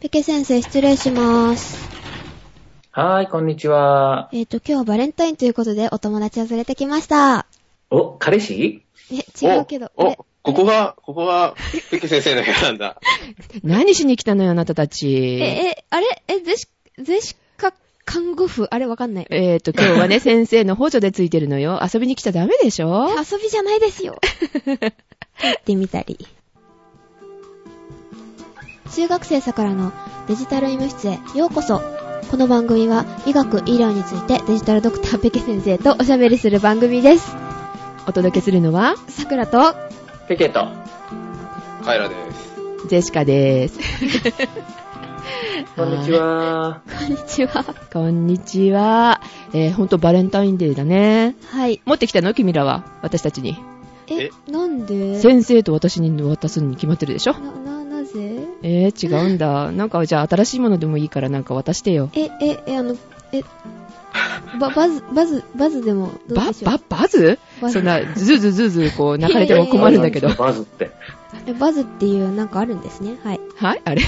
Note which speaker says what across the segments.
Speaker 1: ペケ先生、失礼します。
Speaker 2: はーい、こんにちは。
Speaker 1: えっ、と、今日バレンタインということでお友達を連れてきました。
Speaker 2: お、彼氏
Speaker 1: え、違うけど、
Speaker 3: お、
Speaker 1: あれ
Speaker 3: おここが、ここが、ペケ先生の部屋なんだ。
Speaker 4: 何しに来たのよ、あなたたち。
Speaker 1: え、え、あれえ、ゼシ、ゼシカ看護婦あれわかんない。
Speaker 4: えーと、今 日はね、先生の補助でついてるのよ。遊びに来ちゃダメでしょ
Speaker 1: 遊びじゃないです よ。行ってみたり。中学生さからのデジタル医務室へようこそ。この番組は医学医療についてデジタルドクターペケ先生とおしゃべりする番組です。
Speaker 4: お届けするのは、
Speaker 1: さくらと、
Speaker 2: ペケと。
Speaker 3: カエラです。
Speaker 4: ジェシカです。
Speaker 2: こんにちは。
Speaker 1: こんにちは。
Speaker 4: こんにちは。えー、ほんとバレンタインデーだね。
Speaker 1: はい。
Speaker 4: 持ってきたの君らは、私たちに。
Speaker 1: え、なんで
Speaker 4: 先生と私に渡すに決まってるでしょ
Speaker 1: な、な、なぜ
Speaker 4: えー、違うんだ。なんか、じゃあ新しいものでもいいからなんか渡してよ。
Speaker 1: え、え、え、あの、え、ば、バズ、バズ、バズでも、どう
Speaker 4: ば
Speaker 1: でし、ょう
Speaker 4: ば、バズ
Speaker 1: バズ
Speaker 4: そんな、ズズズズ、こう、泣かれても困るんだけど。
Speaker 2: バズって。
Speaker 1: えバズっていうなんかあるんですね。はい。
Speaker 4: はいあれ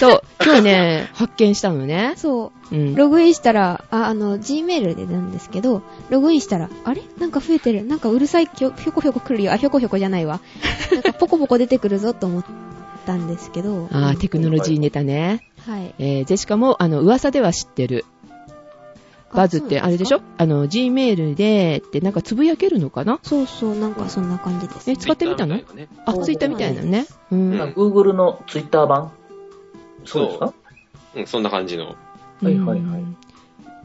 Speaker 4: そう。今日ね、発見したのね。
Speaker 1: そうう。
Speaker 4: ん。
Speaker 1: ログインしたら、あ、あの、Gmail でなんですけど、ログインしたら、あれなんか増えてる。なんかうるさい、ひょひょこひょこ来るよ。あ、ひょこひょこじゃないわ。なんかポコポコ出てくるぞと思ったんですけど。
Speaker 4: あーテクノロジーネタね。
Speaker 1: はい。
Speaker 4: えー、ジェシカも、あの、噂では知ってる。
Speaker 1: あ
Speaker 4: バズって、あれでしょ
Speaker 1: そうなん
Speaker 4: あの、Gmail で、ってなんかつぶやけるのかな
Speaker 1: すかそうそう、なんかそんな感じです
Speaker 4: え、。使ってみた
Speaker 3: Twitter み
Speaker 4: の
Speaker 3: たいなね
Speaker 4: あ、ツイッターみたいなのね。うん。
Speaker 2: 今 Google の Twitter 版そうですか
Speaker 3: うん、そんな感じの。
Speaker 2: はいはいはい
Speaker 4: うん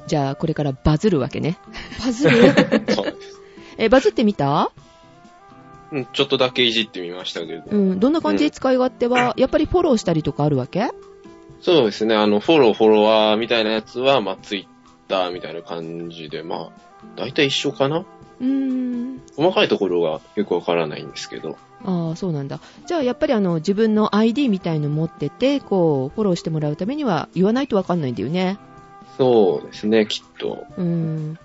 Speaker 4: じゃあ、これからバズるわけね。
Speaker 1: バズる
Speaker 3: そう です。
Speaker 4: え、バズってみた
Speaker 3: うん、ちょっとだけいじってみましたけど。
Speaker 4: うん。どんな感じで使い勝手は、やっぱりフォローしたりとかあるわけ
Speaker 3: そうですね、あの、フォロー、フォロワーみたいなやつは、まあ、ツイッターみたいな感じで、まあ、大体一緒かな
Speaker 4: うーん。
Speaker 3: 細かいところがよくわからないんですけど。
Speaker 4: ああ、そうなんだ。じゃあ、やっぱりあの、自分の ID みたいの持ってて、こう、フォローしてもらうためには、言わないとわかんないんだよね。
Speaker 3: そうですね、きっと。
Speaker 4: うん。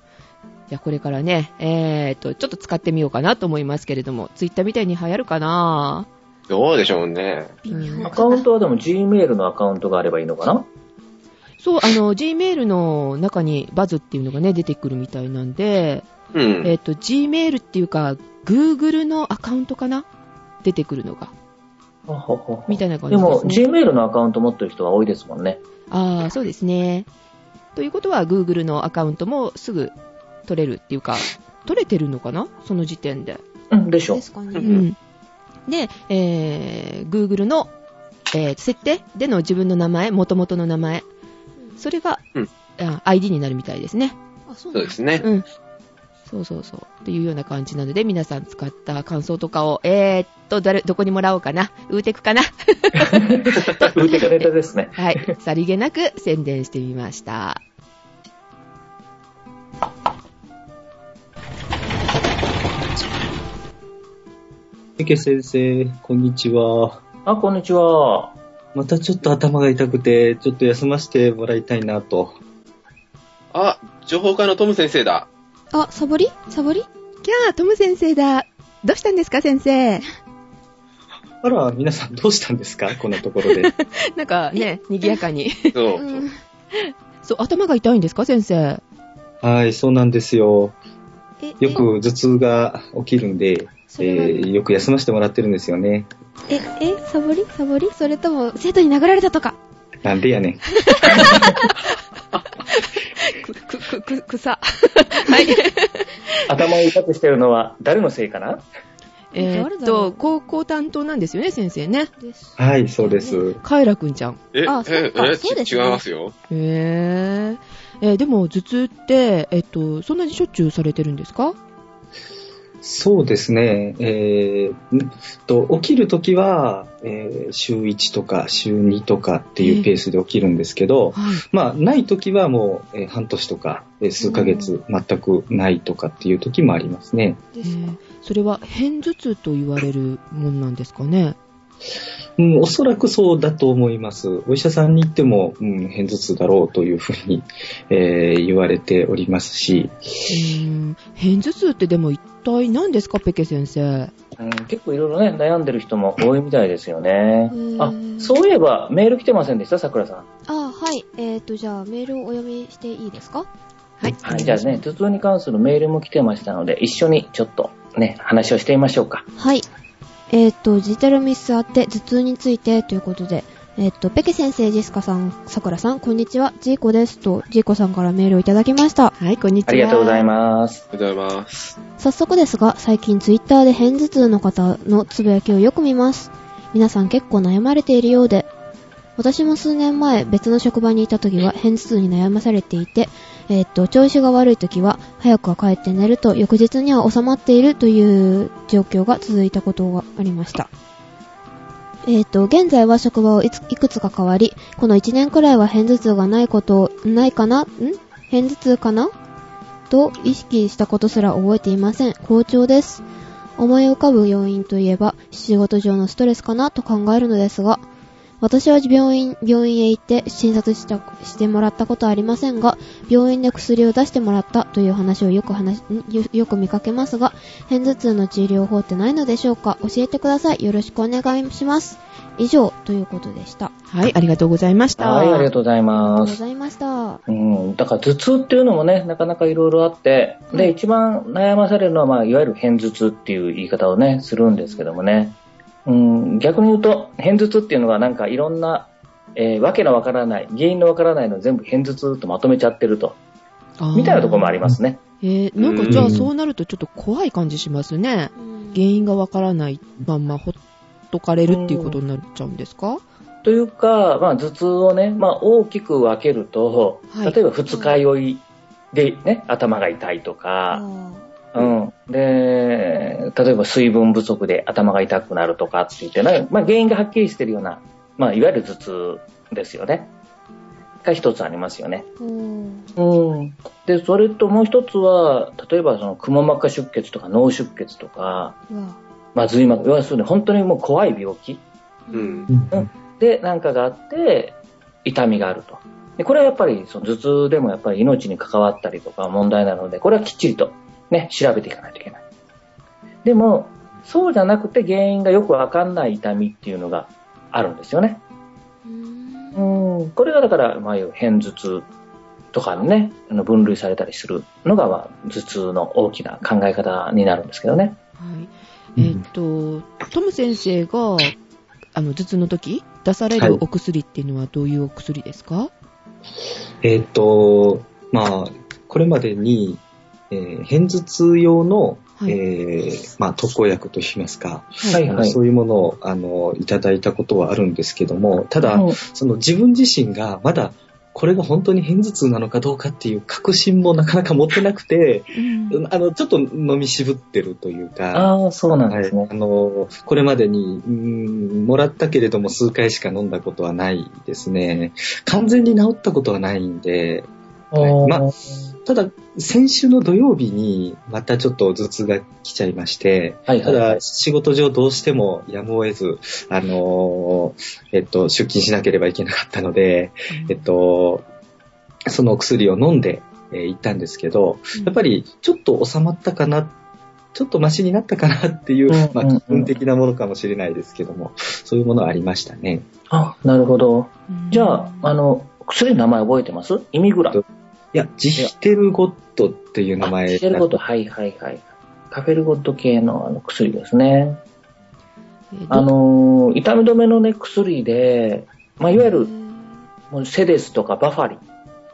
Speaker 4: じゃあ、これからね、えーっと、ちょっと使ってみようかなと思いますけれども、ツイッターみたいに流行るかな
Speaker 3: どうでしょうね。
Speaker 1: 微妙
Speaker 2: ア
Speaker 1: か
Speaker 2: カウン
Speaker 1: な。
Speaker 2: トはでも Gmail のアカウントがあればいいのかな
Speaker 4: そう、あの、Gmail の中にバズっていうのがね、出てくるみたいなんで、
Speaker 3: う
Speaker 4: えー
Speaker 3: ん。
Speaker 4: っと、Gmail っていうか、Google のアカウントかな出てくるのが。
Speaker 2: ははは
Speaker 4: みたいな感
Speaker 2: で
Speaker 4: じで
Speaker 2: も
Speaker 4: す、ね。
Speaker 2: Gmail のアカウント持ってる人は多いですもんね。
Speaker 4: ああ、そうですね。ということは、Google のアカウントもすぐ取れるっていうか、取れてるのかなその時点で。
Speaker 2: うん、でしょ
Speaker 1: で。すか
Speaker 4: う
Speaker 1: ね。
Speaker 4: ん。で、えー、Google の、えー設定での自分の名前、元々の名前、それが、
Speaker 3: うん
Speaker 4: あ ID になるみたいですね。
Speaker 1: あ、そう
Speaker 3: そ
Speaker 1: な
Speaker 3: うんで
Speaker 1: だ
Speaker 3: すね。
Speaker 4: うん。そうそうそう。というような感じなので、皆さん使った感想とかを、えーっと、誰どこにもらおうかな。ウーテクか な。
Speaker 2: 打てたネタですね。
Speaker 4: はい。さりげなく宣伝してみました。
Speaker 5: ペケ先生、こんにちは。
Speaker 2: あ、こんにちは。
Speaker 5: またちょっと頭が痛くて、ちょっと休ませてもらいたいなと。
Speaker 3: あ、情報科のトム先生だ。
Speaker 1: あ、サボりサボり
Speaker 4: キャー、トム先生だ。どうしたんですか、先生。
Speaker 5: あら、皆さんどうしたんですかこんなところ で。
Speaker 4: なんかね、賑やかに。
Speaker 3: そうう。
Speaker 1: ん。
Speaker 4: そう、頭が痛いんですか、先生。
Speaker 5: はい、そうなんですよ。
Speaker 1: え、
Speaker 5: よく頭痛が起きるんで、
Speaker 1: そ
Speaker 5: え
Speaker 1: れは
Speaker 5: ーよく休ませてもらってるんですよね。
Speaker 1: え、え、サボりサボりそれとも、生徒に殴られたとか。
Speaker 5: なんでやねん。
Speaker 4: く、く、く、く、くさ。はい。
Speaker 2: 頭を痛くしてるのは誰のせいかな
Speaker 4: え
Speaker 1: 誰
Speaker 4: ーっ
Speaker 1: だろう
Speaker 4: と、高校担当なんですよね、先生ね。
Speaker 1: です。
Speaker 5: はい、そうです。
Speaker 4: カエラくんちゃん。
Speaker 3: え、え
Speaker 1: あそっ、か
Speaker 3: え、
Speaker 1: そうです
Speaker 3: ち違
Speaker 1: ね
Speaker 3: いますよ。
Speaker 4: へー。えーでも、頭痛って、えっと、そんなにしょっちゅうされてるんですか
Speaker 5: そうですね。えーんと、起きるときは、えー週1とか週2とかっていうペースで起きるんですけ
Speaker 4: は
Speaker 5: ど、
Speaker 4: い。
Speaker 5: まあ、ない時はもう、えー半年とか、えー数ヶ月、全くないとかっていう時もありますね。
Speaker 4: えーそれは、片頭痛と言われるもんなんですかね。
Speaker 5: うん、おそらくそうだと思います。お医者さんに行っても、うん、偏頭痛だろうというふうに、えー言われておりますし、
Speaker 4: うん。偏頭痛ってでも一体何ですか、ペケ先生。
Speaker 2: うん、結構いろいろね、悩んでる人も多いみたいですよね
Speaker 1: う。ー
Speaker 2: あ
Speaker 1: ん、
Speaker 2: そういえばメール来てませんでした、桜さん。
Speaker 1: あ、はい。えっ、と、じゃあ、メールをお読みしていいですか
Speaker 4: はい。
Speaker 2: はい、じゃあね、頭痛に関するメールも来てましたので、一緒にちょっとね、話をしてみましょうか。
Speaker 1: はい。えっ、と、ジテルミスあって、頭痛についてということで、えっ、と、ペケ先生、ジェスカさん、さくらさん、こんにちは。ジーコです。と、ジーコさんからメールをいただきました。
Speaker 4: はい、こんにちは。
Speaker 2: ありがとうございます。
Speaker 3: ありがとうございます。
Speaker 1: 早速ですが、最近ツイッターで偏頭痛の方のつぶやきをよく見ます。皆さん結構悩まれているようで。私も数年前、別の職場にいた時は偏頭痛に悩まされていて、えーっと、調子が悪い時は、早くは帰って寝ると、翌日には収まっているという状況が続いたことがありました。えーっと、現在は職場をいついくつか変わり、この1年くらいは偏頭痛がないこと、ないかなん偏頭痛かなと意識したことすら覚えていません。好調です。思い浮かぶ要因といえば、仕事上のストレスかなと考えるのですが、私は病院、病院へ行って診察した、してもらったことはありませんが、病院で薬を出してもらったという話をよく話、んよよく見かけますが、偏頭痛の治療法ってないのでしょうか教えてください。よろしくお願いします。以上、ということでした。
Speaker 4: はい、ありがとうございました。
Speaker 2: はい、ありがとうござい
Speaker 1: ありがと
Speaker 2: ま
Speaker 1: うご
Speaker 2: す。
Speaker 1: ざいました。
Speaker 2: うん、だから頭痛っていうのもね、なかなかいろいろあって、
Speaker 1: は
Speaker 2: で、
Speaker 1: い
Speaker 2: 一番悩まされるのは、まあ、いわゆる偏頭痛っていう言い方をね、するんですけどもね。うん、逆に言うと、偏頭痛っていうのがなんかいろんな、えーわけのわからない、原因のわからないのを全部偏頭痛とまとめちゃってると、
Speaker 4: あー
Speaker 2: みたいなところもありますね。
Speaker 4: えー、なんかじゃあそうなるとちょっと怖い感じしますね。原因がわからないまんまほっとかれるっていうことになっちゃうんですか、
Speaker 2: というか、まあ、頭痛をね、まあ、大きく分けると、
Speaker 4: はい
Speaker 2: 例えば二日酔いで、ね、頭が痛いとか、
Speaker 1: あ
Speaker 2: うん、で例えば水分不足で頭が痛くなるとかって言って、ねまあ、原因がはっきりしてるような、まあ、いわゆる頭痛ですよね。が一つありますよね。
Speaker 1: ーうん
Speaker 2: うん、でそれともう一つは例えばそのくも膜下出血とか脳出血とか、
Speaker 1: うわ
Speaker 2: まあ、髄膜要するに本当にもう怖い病気
Speaker 3: うん。
Speaker 2: で、なんかがあって、痛みがあると。でこれはやっぱり、その頭痛でもやっぱり命に関わったりとか問題なので、これはきっちりとね、調べていかないといけない。でも、そうじゃなくて原因がよくわかんない痛みっていうのがあるんですよね。
Speaker 1: うーん
Speaker 2: うん、これがだから、まあ、偏頭痛とかのね、あの分類されたりするのが、まあ、頭痛の大きな考え方になるんですけどね。
Speaker 4: はい。え
Speaker 5: うん
Speaker 4: ーっ、と、トム先生が、あの、頭痛の時、出され
Speaker 5: はい
Speaker 4: るお薬っていうのはどういうお薬ですか、
Speaker 5: えっ、と、まあ、これまでに、えー偏頭痛用の、
Speaker 4: はい
Speaker 5: えーまあ、特効薬といいますか、
Speaker 4: は
Speaker 2: はいはい。
Speaker 5: そういうものをあのいただいたことはあるんですけども、ただ、
Speaker 2: うん
Speaker 5: その自分自身がまだこれが本当に偏頭痛なのかどうかっていう確信もなかなか持ってなくて、
Speaker 4: うん
Speaker 5: あの、ちょっと飲み渋ってるというか、
Speaker 2: ああ、そうなん
Speaker 5: は
Speaker 2: で
Speaker 5: い
Speaker 2: すね。
Speaker 5: あの、これまでに、うんもらったけれども数回しか飲んだことはないですね。完全に治ったことはないんで、はい
Speaker 2: おー
Speaker 5: まあただ、先週の土曜日にまたちょっと頭痛が来ちゃいまして、
Speaker 2: はい
Speaker 5: た
Speaker 2: はいはい
Speaker 5: だ、仕事上どうしてもやむを得ず、あのーえっと、出勤しなければいけなかったので、えっと、そのお薬を飲んで、えー行ったんですけど、やっぱりちょっと収まったかな、ちょっとマシになったかなっていう、
Speaker 2: うん
Speaker 5: ま
Speaker 2: うんうん
Speaker 5: あ、基本的なものかもしれないですけども、そういうものはありましたね。
Speaker 2: あ、なるほど。
Speaker 4: うん
Speaker 2: じゃあ、あ、の、薬の名前覚えてますイミグラ。
Speaker 5: どいや、ジヒテルゴットっていう名前
Speaker 2: あシェルゴット、はいはいはい。カフェルゴット系のあの薬ですね。
Speaker 4: えー
Speaker 2: あのー、痛み止めのね、薬で、まあ、いわゆ
Speaker 1: う
Speaker 2: る
Speaker 1: ー、ん
Speaker 2: もうセデスとかバファリン。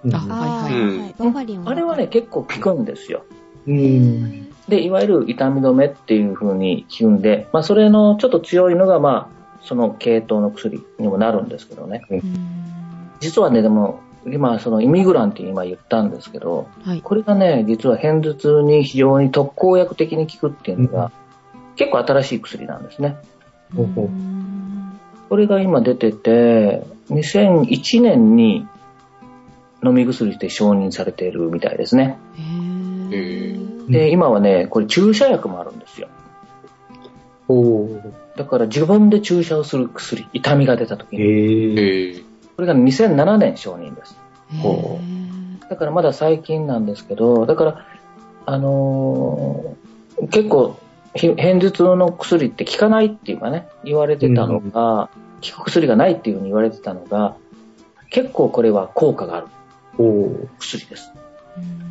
Speaker 5: うん
Speaker 4: あ
Speaker 1: あ
Speaker 3: は
Speaker 4: はい
Speaker 3: い
Speaker 1: ーはい。バファリン
Speaker 2: あれはね、、結構効くんですよ。
Speaker 5: う。
Speaker 1: うん
Speaker 2: で、いわゆる痛み止めっていう風に効くんで、まあ、それのちょっと強いのが、まあ、その系統の薬にもなるんですけどね。
Speaker 4: うん
Speaker 2: 実はね、でも、今、そのイミグランって今言ったんですけど、
Speaker 4: はい。
Speaker 2: これがね、実は偏頭痛に非常に特効薬的に効くっていうのが、結構新しい薬なんですね。
Speaker 5: ほうほう
Speaker 4: うん
Speaker 2: これが今出てて、2001年に飲み薬で承認されているみたいですね。
Speaker 4: へー
Speaker 3: え
Speaker 2: で、今はね、これ注射薬もあるんですよ。
Speaker 5: おー。
Speaker 2: だから自分で注射をする薬、痛みが出た時に、
Speaker 5: ええ。
Speaker 3: ええ
Speaker 2: これが2007年承認です。
Speaker 5: ほ
Speaker 2: だからまだ最近なんですけど、だから、あのー結構、ひ片頭痛の薬って効かないっていうかね、言われてたのが、効く薬がないっていうふうに言われてたのが、結構これは効果がある
Speaker 5: おー。
Speaker 2: 薬です。
Speaker 4: うん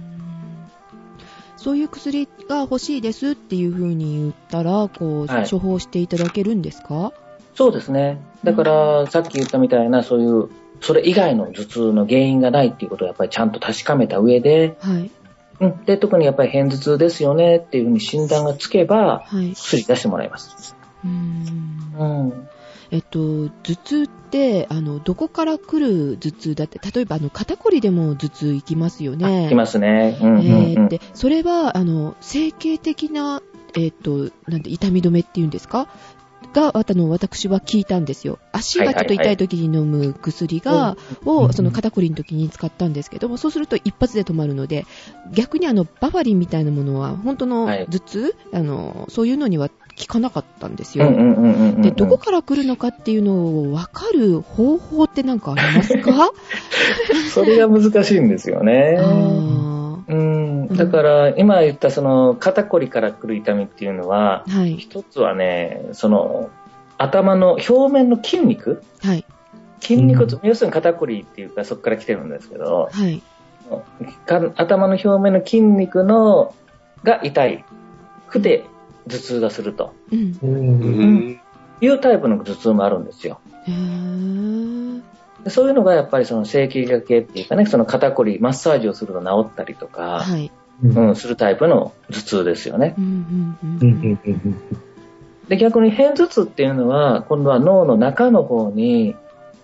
Speaker 4: そういう薬が欲しいですっていう風に言ったら、こう、
Speaker 2: はい
Speaker 4: 処方していただけるんですか
Speaker 2: そうですね。だから、さっき言ったみたいな、そういう、それ以外の頭痛の原因がないっていうことをやっぱりちゃんと確かめた上で、
Speaker 4: はい。
Speaker 2: うん、で、特にやっぱり片頭痛ですよねっていうふうに診断がつけば、
Speaker 4: はい。
Speaker 2: 薬出してもらいます。
Speaker 4: うん
Speaker 2: うん。
Speaker 4: えっと、頭痛って、あの、どこから来る頭痛だって、例えば、あの、肩こりでも頭痛いきますよね。
Speaker 2: きますね。うんうん
Speaker 4: え
Speaker 2: う
Speaker 4: ー
Speaker 2: ん
Speaker 4: って、それは、あの、整形的な、えっ、と、なんて、痛み止めっていうんですかが、あの、私は効いたんですよ。足がちょっと痛い時に飲む薬が、を、その肩こりの時に使ったんですけども、そうすると一発で止まるので、逆にあの、バファリンみたいなものは、本当の
Speaker 2: はい
Speaker 4: 頭痛、あの、そういうのには効かなかったんです
Speaker 2: う
Speaker 4: よ。
Speaker 2: んうんうんうんうん
Speaker 4: で、どこから来るのかっていうのを分かる方法ってなんかありま すか
Speaker 2: それが難しいんですよね
Speaker 4: あ。ー
Speaker 2: うん、だから、今言ったその肩こりから来る痛みっていうのは、
Speaker 4: はい。
Speaker 2: 一つはね、その頭の表面の筋肉
Speaker 4: はい。
Speaker 2: 筋肉、
Speaker 5: うん
Speaker 2: 要するに肩こりっていうかそこから来てるんですけど、
Speaker 4: はい。
Speaker 2: か頭の表面の筋肉のが痛いくて頭痛がすると
Speaker 4: うん。
Speaker 5: う。
Speaker 3: うんん。
Speaker 2: いうタイプの頭痛もあるんですよ。
Speaker 4: へー
Speaker 2: でそういうのがやっぱりその整形外科系っていうかね、その肩こり、マッサージをすると治ったりとか、
Speaker 4: はい。
Speaker 2: うん、するタイプの頭痛ですよね。
Speaker 4: うんうんう
Speaker 5: うんんうんうん
Speaker 2: で、逆に片頭痛っていうのは、今度は脳の中の方に、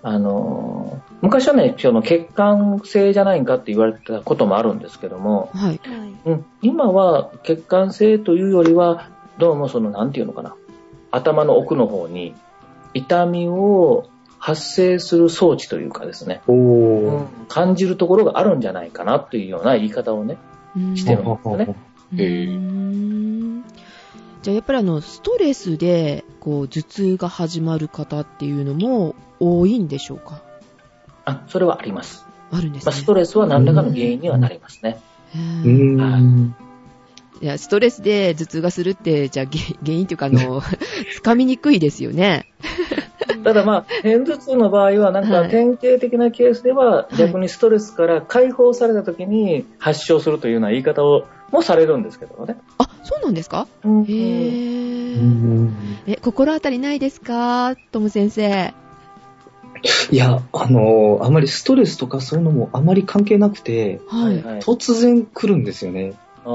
Speaker 2: あのー、昔はね、その血管性じゃないかって言われたこともあるんですけども、
Speaker 4: はい。
Speaker 1: はい。
Speaker 2: うん、今は血管性というよりは、どうもその、なんていうのかな、頭の奥の方に、痛みを発生する装置というかですね、
Speaker 5: おー。
Speaker 2: 感じるところがあるんじゃないかなというような言い方をね、
Speaker 4: うん
Speaker 2: してるんですよね。
Speaker 4: う
Speaker 3: へえ
Speaker 4: ーんじゃあやっぱりあのストレスでこう頭痛が始まる方っていうのも多いんでしょうか
Speaker 2: あ、それはあります。
Speaker 4: あるんです
Speaker 2: まあ、
Speaker 4: ね、
Speaker 2: ストレスは何らかの原因にはなりますね。
Speaker 4: へ
Speaker 5: う
Speaker 4: ー
Speaker 5: ん。
Speaker 4: いやストレスで頭痛がするってじゃあげ原因というかあの 掴みにくいですよね
Speaker 2: ただまあ、片頭痛の場合は、なん
Speaker 4: は
Speaker 2: か
Speaker 4: い
Speaker 2: 典型的なケースでは、
Speaker 4: い
Speaker 2: 逆にストレスから解放された時に発症するというような言い方を、もされるんですけどね。
Speaker 4: あそうなんですか
Speaker 2: うん
Speaker 4: へ
Speaker 5: う
Speaker 4: え、
Speaker 5: ん
Speaker 4: え心当たりないですかトム先生
Speaker 5: いや、あのーあまりストレスとかそういうのもあまり関係なくて、
Speaker 4: はい、
Speaker 2: はい
Speaker 5: 突然来るんですよね。
Speaker 2: あー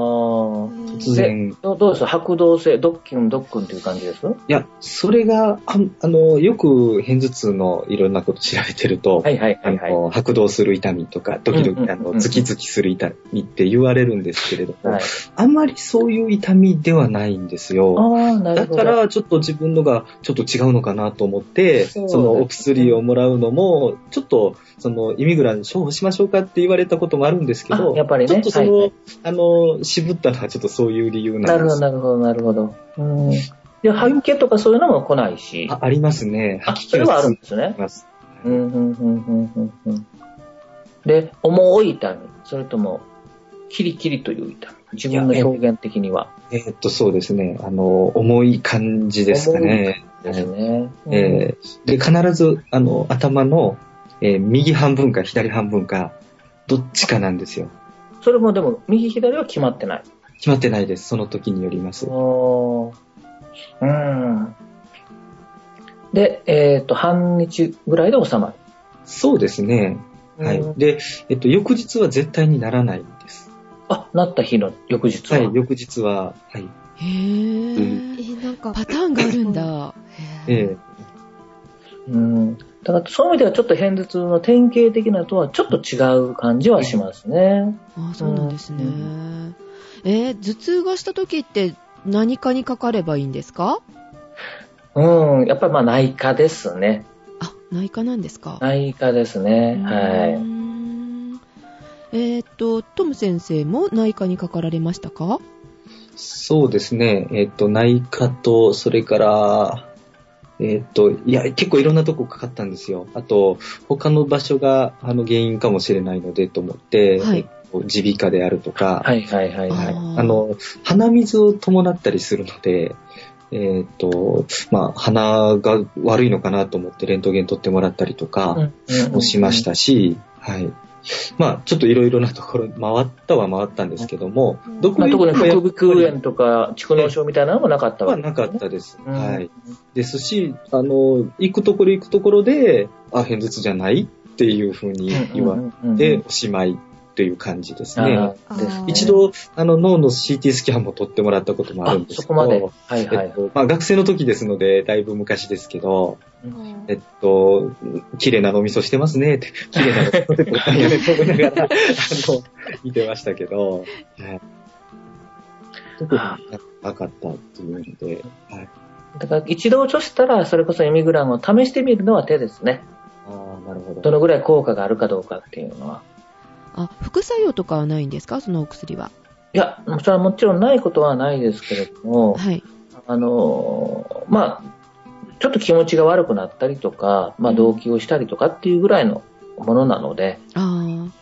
Speaker 5: 突然。
Speaker 2: どどうです白動性、ドッキン、ドッキンという感じですはい
Speaker 5: や、それが、ああのーよく片頭痛のいろんなこと調べてる
Speaker 2: い
Speaker 5: と、
Speaker 2: はい
Speaker 5: あ
Speaker 2: はい
Speaker 5: の
Speaker 2: はい。
Speaker 5: ー拍動する痛みとか、ドキド
Speaker 2: うんうんうん
Speaker 5: キ、あ
Speaker 2: うん
Speaker 5: の、ズキズキする痛みって言われるんですけれども、
Speaker 2: はい、
Speaker 5: あんまりそういう痛みではないんです
Speaker 2: あ
Speaker 5: よ。
Speaker 2: あ、なる
Speaker 5: だ
Speaker 2: ほど。
Speaker 5: から、ちょっと自分のがちょっと違うのかなと思って、
Speaker 2: そう
Speaker 5: そ
Speaker 2: ですね
Speaker 5: のお薬をもらうのも、ちょっと、その、イミグラン処方しましょうかって言われたこともあるんですけど
Speaker 2: あ、やっぱりね
Speaker 5: ちょっとその、
Speaker 2: はいはい
Speaker 5: あの、渋ったのはちょっとそういう理由な
Speaker 2: なんる
Speaker 5: で
Speaker 2: ほど、
Speaker 5: す。
Speaker 2: なるほど、なるほど。うん。で、吐き気とかそういうのも来ないし。
Speaker 5: あありますね。
Speaker 2: あ、それはあるんですね
Speaker 5: あり。ます。
Speaker 2: うん、うん、うん、うん、うんうん。で、重い痛み。それとも、キリキリという痛み。自分の表現的には。
Speaker 5: えーっと、そうですね。あの、重い感じですかね。
Speaker 2: ですね。うん
Speaker 5: えーで、必ず、あの、頭の、えー右半分か左半分か、どっちかなんですよ。
Speaker 2: それもでも、右左は決まってない。
Speaker 5: 決まってないです。その時によります。
Speaker 2: おーうん。で、えっ、と、半日ぐらいで収ま
Speaker 5: そうですね。
Speaker 2: る。
Speaker 5: は
Speaker 2: うん
Speaker 5: い。で、えっと、翌日は絶対にならないんです。
Speaker 2: あ、なった日の翌日
Speaker 5: は
Speaker 2: は。
Speaker 5: い、翌日は、は
Speaker 4: へ
Speaker 5: い。
Speaker 3: う
Speaker 1: え
Speaker 4: ー
Speaker 1: ー、なんか、
Speaker 4: パターンがあるんだへー
Speaker 5: え
Speaker 2: うん。だから、そういう意味ではちょっと偏頭痛の典型的なとはちょっと違う感じはしますね。
Speaker 4: あそうなんですね、
Speaker 2: う
Speaker 4: えー頭痛がした時って何かにかかればいいんですか
Speaker 2: うん。やっぱりまあ内科ですね。
Speaker 4: あ内科なんですか
Speaker 2: 内科ですね。
Speaker 4: うー
Speaker 2: は
Speaker 4: んえーっとトム先生も内科にかかられましたか
Speaker 5: えそうですね。えっと、内科と、それから、えっと、いや、結構いろんなとこかかったんですよ。あと、他の場所が、あの、原因かもしれないので、と思って、
Speaker 4: はい
Speaker 5: えっと耳鼻科であるとか、
Speaker 2: はいはいはいはい。
Speaker 4: あー
Speaker 5: あの、鼻水を伴ったりするので、えっと、まあ、鼻が悪いのかなと思ってレントゲン取ってもらったりとか、をしましたし、はい。まあ、ちょっといろいろなところ、回ったは回ったんですけども
Speaker 1: うん、
Speaker 5: どこ
Speaker 2: まあ、
Speaker 5: に
Speaker 2: 特に
Speaker 5: も
Speaker 2: 副
Speaker 5: やっ
Speaker 2: 鼻腔炎とか、蓄膿症みたいなのもなかった
Speaker 5: ぱ
Speaker 2: わ
Speaker 5: は
Speaker 2: け
Speaker 5: なかったです。
Speaker 2: うん
Speaker 5: はい。ですし、あの、行くところ行くところで、あ、偏頭痛じゃないっていうふうに言わ
Speaker 2: うんうんうん
Speaker 5: れて、おしまいという感じです
Speaker 2: あ
Speaker 5: ね。
Speaker 2: ーですね
Speaker 5: 一度、あの、脳の CT スキャンも取ってもらったこともあ
Speaker 2: あ
Speaker 5: るん、です
Speaker 2: そ
Speaker 5: け
Speaker 2: こまで。
Speaker 5: ど、
Speaker 2: はいは
Speaker 5: えっ
Speaker 2: い。
Speaker 5: とまあ、学生の時ですので、だいぶ昔ですけど、
Speaker 1: うん
Speaker 5: えっと、綺麗な脳みそしてます ねって、綺麗な脳みそって言ったんやねと思いながら、あの、見てましたけど、はい。特になかったっていうので、はい。
Speaker 2: だから一度著したら、それこそエミグラムを試してみるのは手ですね。
Speaker 5: ああ、なるほ
Speaker 2: ど
Speaker 5: ど。
Speaker 2: のぐらい効果があるかどうかっていうのは。
Speaker 4: あ副作用とかはないんですかそのお薬はい
Speaker 2: や、それはもちろんないことはないですけれども、
Speaker 4: はい
Speaker 2: あのーまあ、ちょっと気持ちが悪くなったりとか、まあ、動悸をしたりとかっていうぐらいのものなので、
Speaker 4: あ
Speaker 2: ま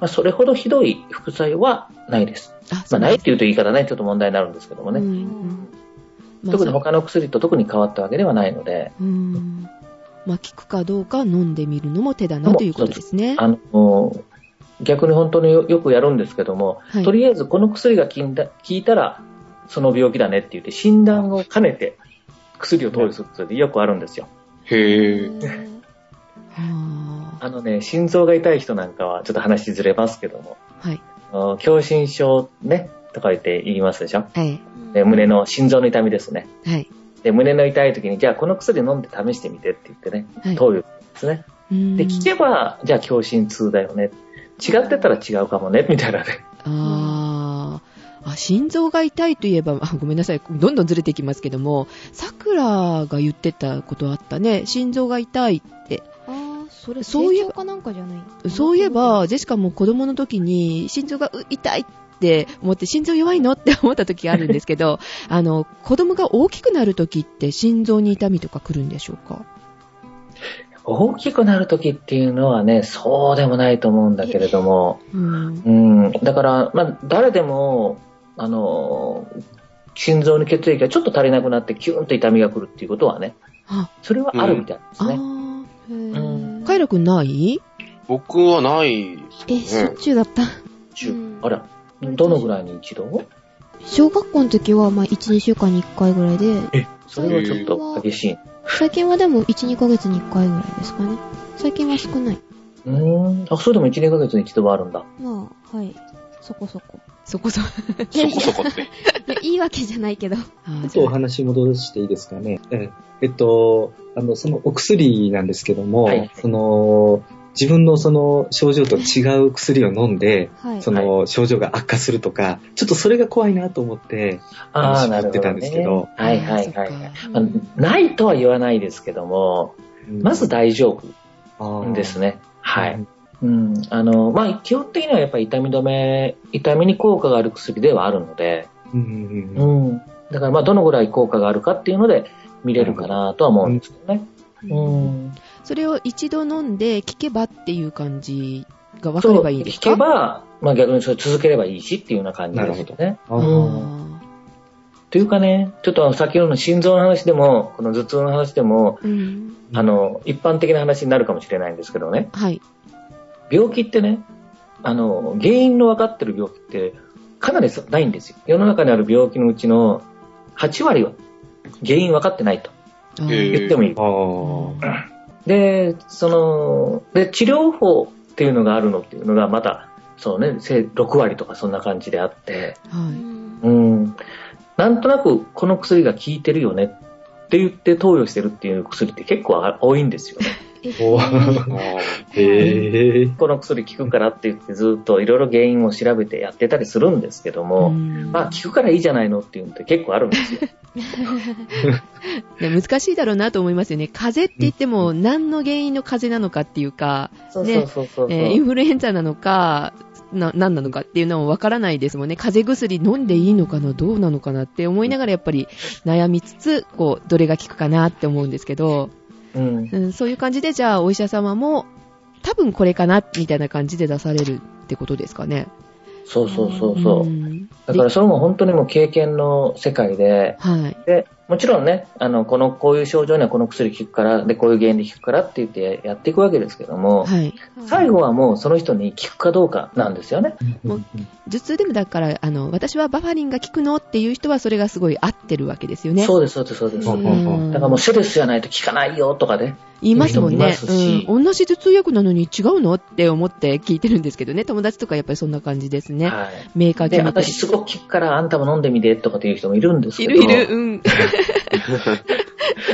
Speaker 2: あ、それほどひどい副作用はないです。
Speaker 4: ーあ
Speaker 2: ま
Speaker 4: そ
Speaker 2: あ、
Speaker 4: う
Speaker 2: なんい
Speaker 4: で
Speaker 2: っていうと言い方ね、ちょっと問題になるんですけども
Speaker 4: す
Speaker 2: ね。
Speaker 4: うんうんまあ
Speaker 2: 特に他の薬と特に変わったわけではないので、
Speaker 4: そううんまあ効くかどうか飲んでみるのも手だなということですね
Speaker 2: あのー逆に本当によよくやるんですけども、
Speaker 4: はい
Speaker 2: とりあえずこの薬が効いた効いたら、その病気だねって言って、診断を兼ねて薬を投与することでよくあるんですよ。
Speaker 3: へえ。
Speaker 4: あ
Speaker 2: あのね、心臓が痛い人なんかは、ちょっと話ずれますけども、
Speaker 4: ーはい
Speaker 2: あの狭心症ね、とか言って言いますでしょ。
Speaker 4: はい
Speaker 2: で、胸の、心臓の痛みですね。
Speaker 4: はい
Speaker 2: で、胸の痛い時に、じゃあこの薬飲んで試してみてって言ってね、
Speaker 4: はい
Speaker 2: 投与ですね。
Speaker 4: うん
Speaker 2: で、聞けば、じゃあ狭心痛だよね。違ってたら違うかもね、みたいなね。
Speaker 4: あーあ、心臓が痛いといえば、あごめんなさい、どんどんずれていきますけども、さくらが言ってたことあったね、心臓が痛いって。
Speaker 1: あーそれ
Speaker 4: そういえば
Speaker 1: 成長かなんかじゃない
Speaker 4: そういえば、ジェシカも子供の時に、心臓がう痛いって思って、心臓弱いのって思った時があるんですけど、あの、子供が大きくなる時って心臓に痛みとか来るんでしょうか
Speaker 2: 大きくなる時っていうのはね、そうでもないと思うんだけれども、
Speaker 4: うん。
Speaker 2: うん、だから、まあ、誰でも、あのー、心臓に血液がちょっと足りなくなって、キューンと痛みが来るっていうことはね、
Speaker 4: あ、
Speaker 2: それはあるみたいです
Speaker 4: あ
Speaker 2: ね。
Speaker 4: ー
Speaker 1: へ
Speaker 2: う
Speaker 1: ー
Speaker 4: カイラくんない
Speaker 3: 僕はないです
Speaker 1: え、しょ
Speaker 3: ね
Speaker 1: っ。ちゅうだった。
Speaker 2: 中
Speaker 1: うん
Speaker 2: あら、どのぐらいに一度
Speaker 1: 小学校の時は、まあ、1、2週間に1回ぐらいで、
Speaker 2: それはちょっと激しい。
Speaker 1: 最近はでも1、2ヶ月に1回ぐらいですかね。最近は少ない。
Speaker 2: うん、あ、それでも1、2ヶ月に一度はあるんだ。
Speaker 1: まあ、はい。そこそこ。
Speaker 4: そこそこ。
Speaker 3: そこそこ って。
Speaker 1: いやいいわけじゃないけど。
Speaker 4: あ
Speaker 5: ち
Speaker 4: ー
Speaker 5: ょっとお話戻していいですかね。ええっと、あの、そのお薬なんですけども、
Speaker 2: はい
Speaker 5: その、自分のその症状と違う薬を飲んで、
Speaker 1: はい。
Speaker 5: その症状が悪化するとか、ちょっとそれが怖いなと思って、
Speaker 2: ああ、
Speaker 5: 知
Speaker 2: なる
Speaker 5: っ
Speaker 2: ほ
Speaker 5: て
Speaker 2: ど、
Speaker 5: たんですけ
Speaker 2: ね。
Speaker 5: ど
Speaker 2: はいはい
Speaker 4: あ
Speaker 2: は
Speaker 4: ー
Speaker 2: い
Speaker 4: そっ
Speaker 2: は
Speaker 4: か
Speaker 2: い。あのないとは言わないですけども、まず大丈夫
Speaker 5: 夫
Speaker 2: です。ね。
Speaker 5: あ
Speaker 2: は
Speaker 5: ー
Speaker 2: い。。うん、あの、まあ、基本的にはやっぱり痛み止め、痛みに効果がある薬ではあるので、
Speaker 5: うんうんうん
Speaker 2: うん。だからまあどのぐらい効果があるかっていうので見れるかなとは思うんですけどね。うん。
Speaker 4: それを一度飲んで聞けばっていう感じが分か
Speaker 2: そう
Speaker 4: ればいいですか
Speaker 2: 聞けば、まあ逆にそれ続ければいいしっていうような感じですよね。
Speaker 5: あー
Speaker 2: うん。というかね、ちょっと先ほどの心臓の話でも、この頭痛の話でも、
Speaker 4: うん。
Speaker 2: あの、一般的な話になるかもしれないんですけどね、
Speaker 4: はい。
Speaker 2: 病気ってね、あの、原因の分かってる病気ってかなりないんですよ。世の中にある病気のうちの8割は原因分かってないと
Speaker 4: あー
Speaker 3: え
Speaker 2: 言ってもいい
Speaker 5: あー
Speaker 2: で、その、で、治療法っていうのがあるのっていうのが、また、そうね、せ6割とかそんな感じであって、
Speaker 1: う
Speaker 4: は
Speaker 1: ん
Speaker 2: うん、なんとなくこの薬が効いてるよねって言って投与してるっていう薬って結構あ多いんです よね。
Speaker 1: え
Speaker 5: お
Speaker 1: ー
Speaker 3: あー
Speaker 5: へえ。
Speaker 2: この薬効くからって言ってずっといろいろ原因を調べてやってたりするんですけど
Speaker 4: い。
Speaker 2: も、
Speaker 4: うん
Speaker 2: まあ効くからいいじゃないのっていうのって結構あるんですよ。
Speaker 4: ね難しいだろうなと思いますよね。風邪って言っても、何の原因の風邪なのかっていうか、
Speaker 2: そう
Speaker 4: そう
Speaker 2: そうそう
Speaker 4: えーインフルエンザなのか、な、何なのかっていうのはわからないですもんね。風邪薬飲んでいいのかな、どうなのかなって思いながらやっぱり悩みつつ、こう、どれが効くかなって思うんですけど、
Speaker 2: うん。
Speaker 4: うん、そういう感じで、じゃあお医者様も、多分これかな、みたいな感じで出されるってことですかね。
Speaker 2: そうそうそうそうう。
Speaker 4: ん
Speaker 2: だから
Speaker 4: で
Speaker 2: それも本当にもう経験の世界で、
Speaker 4: はい。
Speaker 2: で、もちろんね、あの、この、こういう症状にはこの薬効くから、で、こういう原因で効くからって言ってやっていくわけですけども、
Speaker 4: はい。
Speaker 2: 最後はもうその人に効くかどうかなんですよね。
Speaker 4: もう頭痛でもだから、あの、私はバファリンが効くのっていう人はそれがすごい合ってるわけですよね。
Speaker 2: そうです、そうです、そうです。
Speaker 5: う
Speaker 2: だ
Speaker 5: ん
Speaker 2: からもう、セレスじゃないと効かないよとかね。
Speaker 4: 言いますもん
Speaker 2: いま
Speaker 4: ね
Speaker 2: すし。
Speaker 4: うん。同じ頭痛薬なのに違うのって思って聞いてるんですけどね。友達とかやっぱりそんな感じですね。
Speaker 2: はい。
Speaker 4: メーカー
Speaker 2: で、
Speaker 4: 決めたり
Speaker 2: 私。すごく効くから、あんたも飲んでみてとかっていう人もいるんですけ
Speaker 4: い
Speaker 2: ど。
Speaker 4: るいる、うん。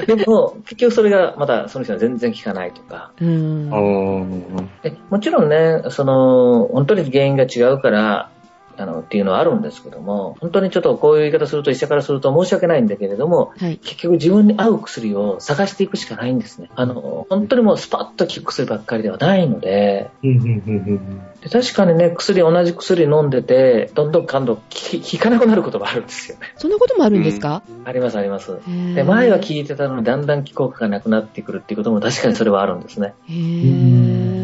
Speaker 2: でも、結局それがまたその人は全然効かないとか。
Speaker 4: うん。
Speaker 5: うん
Speaker 2: でもちろんね、その、本当に原因が違うから、あの、っていうのはあるんですけども、本当にちょっとこういう言い方すると医者からすると申し訳ないんだけれども、
Speaker 4: はい。
Speaker 2: 結局自分に合う薬を探していくしかないんですね。あの、本当にもうスパッと効く薬ばっかりではないので、
Speaker 5: うんうんうん
Speaker 2: で確かにね、薬、同じ薬飲んでて、どんどん感度効き効かなくなることもあるんですよね。
Speaker 4: そんなこともあるんですか、
Speaker 2: ありますあります。
Speaker 4: へ
Speaker 2: で、
Speaker 4: ー
Speaker 2: 前は効いてたのにだんだん効果がなくなってくるっていうことも確かにそれはあるんですね。
Speaker 4: へー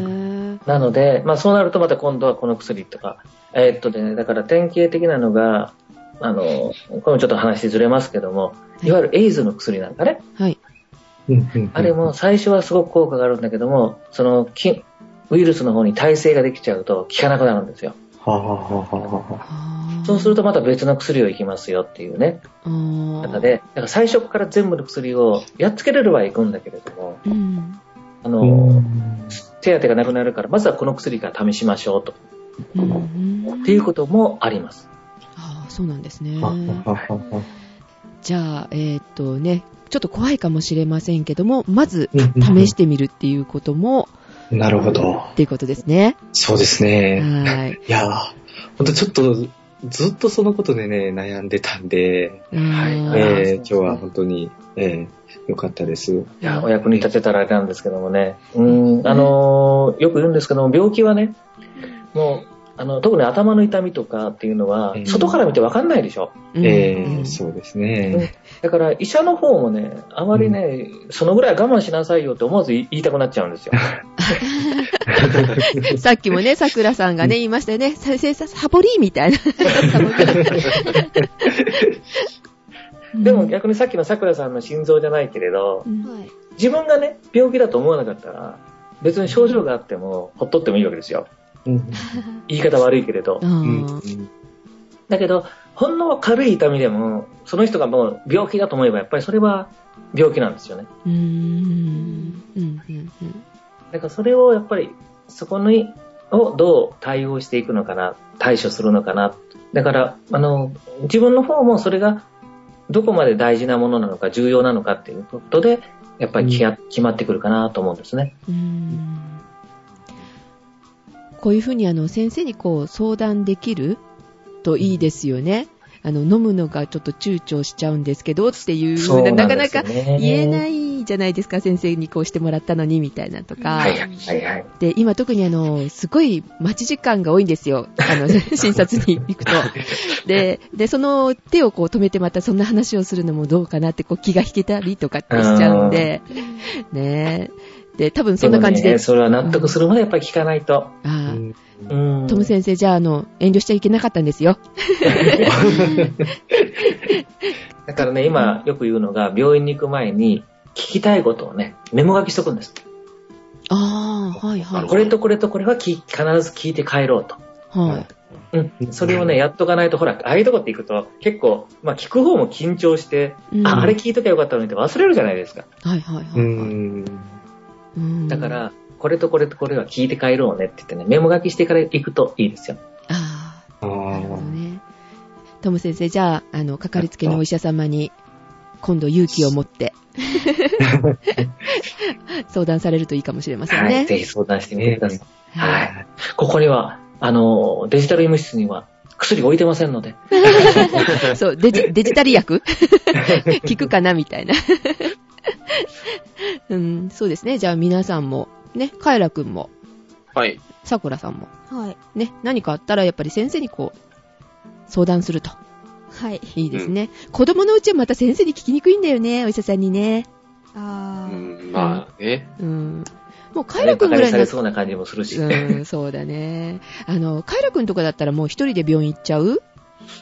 Speaker 2: なので、まあそうなるとまた今度はこの薬とか、えーっとね、だから典型的なのが、あの、これもちょっと話ずれますけども、
Speaker 4: い
Speaker 2: いわゆるエイズの薬なんかね、
Speaker 4: はい。
Speaker 5: うんうん
Speaker 2: あれも最初はすごく効果があるんだけども、その菌、ウイルスの方に耐性ができちゃうと効かなくなるんですよ。
Speaker 5: ははははは
Speaker 4: あー
Speaker 2: そうするとまた別の薬をいきますよっていうね、
Speaker 4: あー
Speaker 2: 方で、だから最初から全部の薬をやっつけれればいくんだけれども、
Speaker 4: うん。
Speaker 2: あ
Speaker 5: う
Speaker 2: の、
Speaker 5: ん
Speaker 2: 手当てがなくなるから、まずはこの薬から試しましょうと、
Speaker 4: うん
Speaker 2: っていうこともあります。
Speaker 4: ああ、そうなんですね。
Speaker 5: はははは
Speaker 4: じゃあ、えーっとね、ちょっと怖いかもしれませんけども、まず
Speaker 5: うんうん
Speaker 4: 試してみるっていうことも、
Speaker 5: なるほど。
Speaker 4: っていうことですね。
Speaker 5: そうです
Speaker 4: は
Speaker 5: ね。
Speaker 4: ーい。
Speaker 5: いやー、ほんとちょっと、ずっとそのことでね、悩んでたんで、
Speaker 2: あーそ
Speaker 4: はい
Speaker 5: え
Speaker 2: う
Speaker 5: ー今日は本当に、えーよかったです。
Speaker 2: いや、お役に立てたらあれなんですけどもね。うん、あのーよく言うんですけども、病気はね、もう、あの、特に頭の痛みとかっていうのは
Speaker 5: う、ん
Speaker 2: 外から見てわかんないでしょ。
Speaker 5: え
Speaker 4: うん
Speaker 5: ーそうですね。
Speaker 2: だから、医者の方もね、あまりね、そのぐらい我慢しなさいよって思わず言いたくなっちゃうんです よ。
Speaker 4: さっきもね、さくらさんがね、言いましたよね。させさサボリーみたいな。サボリー
Speaker 2: でも、逆にさっきの桜さんの心臓じゃないけれど
Speaker 4: う、ん
Speaker 1: はい。
Speaker 2: 自分がね、病気だと思わなかったら、別に症状があっても、ほっとってもいいわけですよ。
Speaker 5: うん
Speaker 2: 言い方悪いけれど
Speaker 4: あ。
Speaker 5: うん
Speaker 4: ー
Speaker 2: だけど、ほんの軽い痛みでも、その人がもう病気だと思えば、やっぱりそれは病気なんですよね。
Speaker 4: うーんうんうんうん
Speaker 2: だからそれをやっぱり、そこに、をどう対応していくのかな、対処するのかな。だから、あの、自分の方もそれが、どこまで大事なものなのか、重要なのかっていうことで、やっぱり決ま決まってくるかなと思うんですね。。
Speaker 4: うーんこういうふうにあの先生にこう相談できるといいですよね。あの飲むのがちょっと躊躇しちゃうんですけどっていうふうな、なかなか言えないいじゃないですか、先生にこうしてもらったのにみたいなとか。
Speaker 2: はいはいはいはい。
Speaker 4: で、今特にあの、すごい待ち時間が多いんですよ。あの、診察に行くと。で、で、その手をこう止めてまたそんな話をするのもどうかなってこう気が引けたりとかってしちゃうんで、ねえ。で、多分そんな感じ
Speaker 2: も
Speaker 4: で
Speaker 2: ね、それは納得するまでやっぱり聞かないと。
Speaker 4: あ
Speaker 5: うん
Speaker 2: う
Speaker 4: あ
Speaker 2: ん。
Speaker 4: トム先生、じゃああの、遠慮しちゃいけなかったんですよ。
Speaker 2: だからね、今よく言うのが、病院に行く前に、聞きたいことをね、メモ書きしとくんです。
Speaker 4: ああ、はいは
Speaker 3: なる
Speaker 2: これとこれとこれは聞い必ず聞いて帰ろうと。
Speaker 4: い。はい。
Speaker 2: うん。それをね、やっとかないと、ほら、ああいうとこって行くと、結構、まあ聞く方も緊張して、
Speaker 4: うん
Speaker 2: あ、あれ聞いときゃよかったのにって忘れるじゃないですか。
Speaker 4: はいはいは
Speaker 5: う
Speaker 4: い。
Speaker 5: ん
Speaker 4: うん
Speaker 2: だか、ら、これとこれとこれは聞いて帰ろうねって言ってね、メモ書きしてから行くといいですよ。
Speaker 4: あ
Speaker 5: あ
Speaker 4: あ、なるほど
Speaker 5: ー
Speaker 4: ね。トム先生、じゃあ、あの、かかりつけのお医者様に、今度勇気を持って、相談されるといいかもしれません
Speaker 2: はい。
Speaker 4: ね。
Speaker 2: ぜひ相談してみてください。
Speaker 4: は
Speaker 2: はいい。ここには、あの、デジタル医務室には薬置いてませんので、
Speaker 4: そう、デジ、デジタル薬効くかなみたいな。 うん、そうですね。じゃあ皆さんも、ね、カエラくんも、
Speaker 3: はい。
Speaker 4: さくらさんも。
Speaker 1: はい。
Speaker 4: ね、何かあったらやっぱり先生にこう、相談すると。
Speaker 1: はい。
Speaker 4: いいですね。子供のうちはまた先生に聞きにくいんだよね、お医者さんにね。
Speaker 3: う
Speaker 1: あー。
Speaker 3: ん、まあね。
Speaker 4: うん。もう、カイ
Speaker 2: ね
Speaker 4: ラ
Speaker 2: バ
Speaker 4: くん
Speaker 2: カ
Speaker 4: ぐ
Speaker 2: に
Speaker 4: らい
Speaker 2: さ
Speaker 4: の
Speaker 2: れそうな感じもするし。
Speaker 4: うん、そうだね。あの、カイラくんとかだったらもう一人で病院行っちゃうん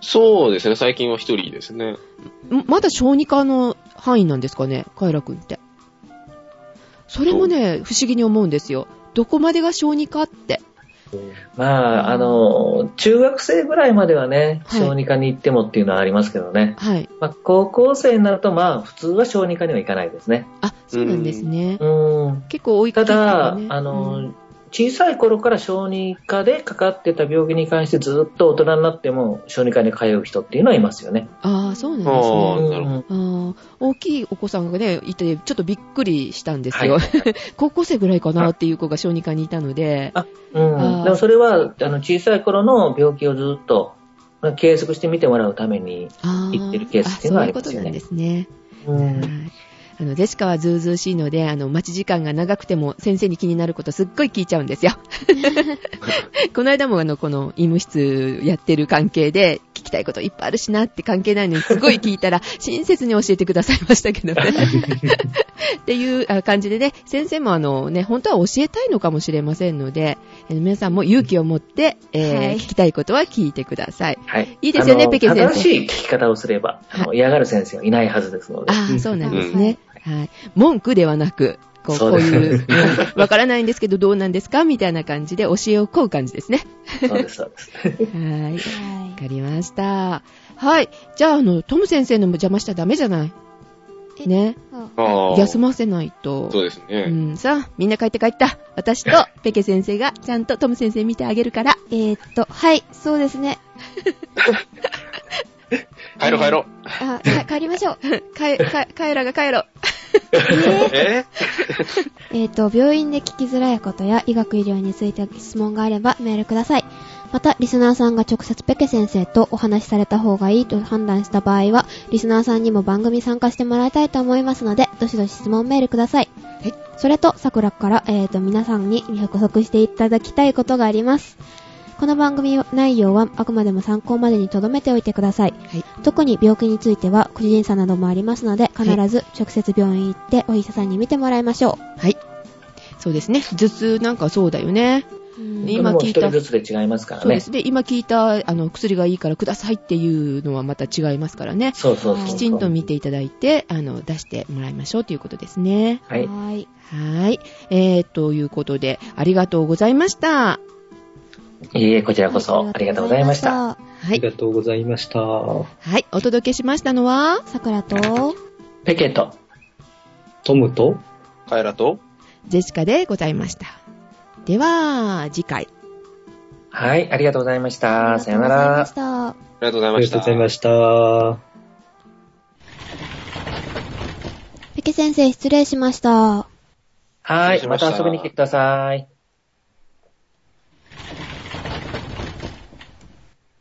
Speaker 3: そうですね。最近は一人ですね。
Speaker 4: まだ小児科の範囲なんですかね、カイラくんって。それもね、不思議に思うんですよ。どこまでが小児科って。
Speaker 2: まあ、あの、中学生ぐらいまではね、
Speaker 4: はい
Speaker 2: 小児科に行ってもっていうのはありますけどね。
Speaker 4: はい。
Speaker 2: まあ、高校生になると、まあ、普通は小児科には行かないですね。
Speaker 4: あ、そうなんですね。
Speaker 2: うん。
Speaker 4: 結構多い
Speaker 2: た
Speaker 4: と
Speaker 2: だ、
Speaker 4: ね
Speaker 2: あ
Speaker 4: う
Speaker 2: の
Speaker 4: ん、
Speaker 2: 小さい頃から小児科でかかってた病気に関してずっと大人になっても小児科に通う人っていうのはいますよね。
Speaker 4: ああ、そうなんですね。
Speaker 3: あなるほ
Speaker 2: ど。
Speaker 4: あー大きいお子さんがね、いて、ちょっとびっくりしたんです
Speaker 2: はい
Speaker 4: よ。。高校生ぐらいかなっていう子が小児科にいたので、
Speaker 2: うん。でもそれは、あの、小さい頃の病気をずっと、まあ計測してみてもらうために、
Speaker 4: あ
Speaker 2: 行ってるケースっていうのはあ
Speaker 4: あそういう
Speaker 2: り
Speaker 4: こ
Speaker 2: ま
Speaker 4: と
Speaker 2: す
Speaker 4: な
Speaker 2: よ
Speaker 4: ん
Speaker 2: ね
Speaker 4: ですね。
Speaker 2: う
Speaker 4: は
Speaker 2: ん。
Speaker 4: いあの、ジェシカはズうずうしいので、あの、待ち時間が長くても先生に気になることすっごい聞いちゃうんです よ。この間もあの、この医務室やってる関係で、聞きたいこといっぱいあるしなって関係ないのにすごい聞 いたら、親切に教えてくださいましたけどね。っていうあ感じでね、先生もあのね、本当は教えたいのかもしれませんので、えー皆さんも勇気を持って、えー
Speaker 1: はい
Speaker 4: 聞きたいことは聞いてください。
Speaker 2: はい。
Speaker 4: いいですよ
Speaker 2: あ
Speaker 4: ね
Speaker 2: の
Speaker 4: ペケ先生
Speaker 2: 正しい聞き方をすれば、あの嫌がる先生はいないはずですので。
Speaker 4: ああ、そうなんですね。はい。文句ではなく、こうこ
Speaker 2: そう
Speaker 4: う
Speaker 2: です
Speaker 4: いう、うんわからないんですけどどうなんですかみたいな感じで教えを請う感じですね。
Speaker 2: そうです、そうです。
Speaker 4: はい。わ
Speaker 1: は
Speaker 4: かりました。はい。じゃあ、あの、トム先生のも邪魔しちゃダメじゃない
Speaker 1: え
Speaker 4: ね。
Speaker 1: い。
Speaker 3: ああ。
Speaker 4: 休ませないと。
Speaker 3: そうです
Speaker 4: う
Speaker 3: ね。
Speaker 4: ん、さあ、みんな帰って帰った。私とペケ先生がちゃんとトム先生見てあげるから。
Speaker 1: えーっと、はい、そうですね。
Speaker 3: 帰ろう帰ろう。
Speaker 1: あ、か帰りましょう。
Speaker 4: かえ、か、帰らが帰ろう。
Speaker 3: え
Speaker 1: えーっと、病院で聞きづらいことや医学医療について質問があればメールください。また、リスナーさんが直接ペケ先生とお話しされた方がいいと判断した場合は、リスナーさんにも番組参加してもらいたいと思いますので、どしどし質問メールください。
Speaker 4: はい
Speaker 1: それと、桜から、えーっと、皆さんに約束していただきたいことがあります。この番組内容はあくまでも参考までに留めておいてください。
Speaker 4: はい
Speaker 1: 特に病気については個人差などもありますので必ず直接病院行ってお医者さんに診てもらいましょ
Speaker 4: はい。そうですね。頭痛なんかそうだよね。
Speaker 1: う、
Speaker 4: 今
Speaker 2: もう
Speaker 4: 聞い
Speaker 2: 一
Speaker 4: た
Speaker 2: 人ずつで違いますから
Speaker 4: そうで
Speaker 2: ね。
Speaker 4: すね。今聞いた、あの、薬がいいからくださいっていうのはまた違いますからね。
Speaker 2: そうそうそう。
Speaker 1: はい
Speaker 4: きちんと見ていただいて、あの、出してもらいましょうということですね。
Speaker 2: は
Speaker 1: は
Speaker 2: い。
Speaker 1: ーい
Speaker 4: はい。えー、ということで、ありがとうございました。
Speaker 2: いいえ、こちらこそありがとうございました。
Speaker 1: あ
Speaker 4: は
Speaker 5: あり
Speaker 4: い。
Speaker 5: がとうございました。
Speaker 4: はい。お届けしましたのは、
Speaker 1: りがとうございました。桜と、
Speaker 2: ペケと、
Speaker 5: トムと、
Speaker 3: 帰らと
Speaker 4: ジェシカでございました。では、次回。
Speaker 2: はい、ありがとうございました。さよな
Speaker 1: ありが
Speaker 2: ら
Speaker 1: とうご。ざいました。
Speaker 3: ありがとうござい
Speaker 5: あ
Speaker 3: ま
Speaker 5: りが
Speaker 3: し
Speaker 5: とう
Speaker 3: た
Speaker 5: ご。ざいました。
Speaker 1: ペケ先生失礼しました。
Speaker 2: は
Speaker 3: 失礼
Speaker 2: い、
Speaker 3: し
Speaker 2: ま
Speaker 3: ました
Speaker 2: た遊びに来てください。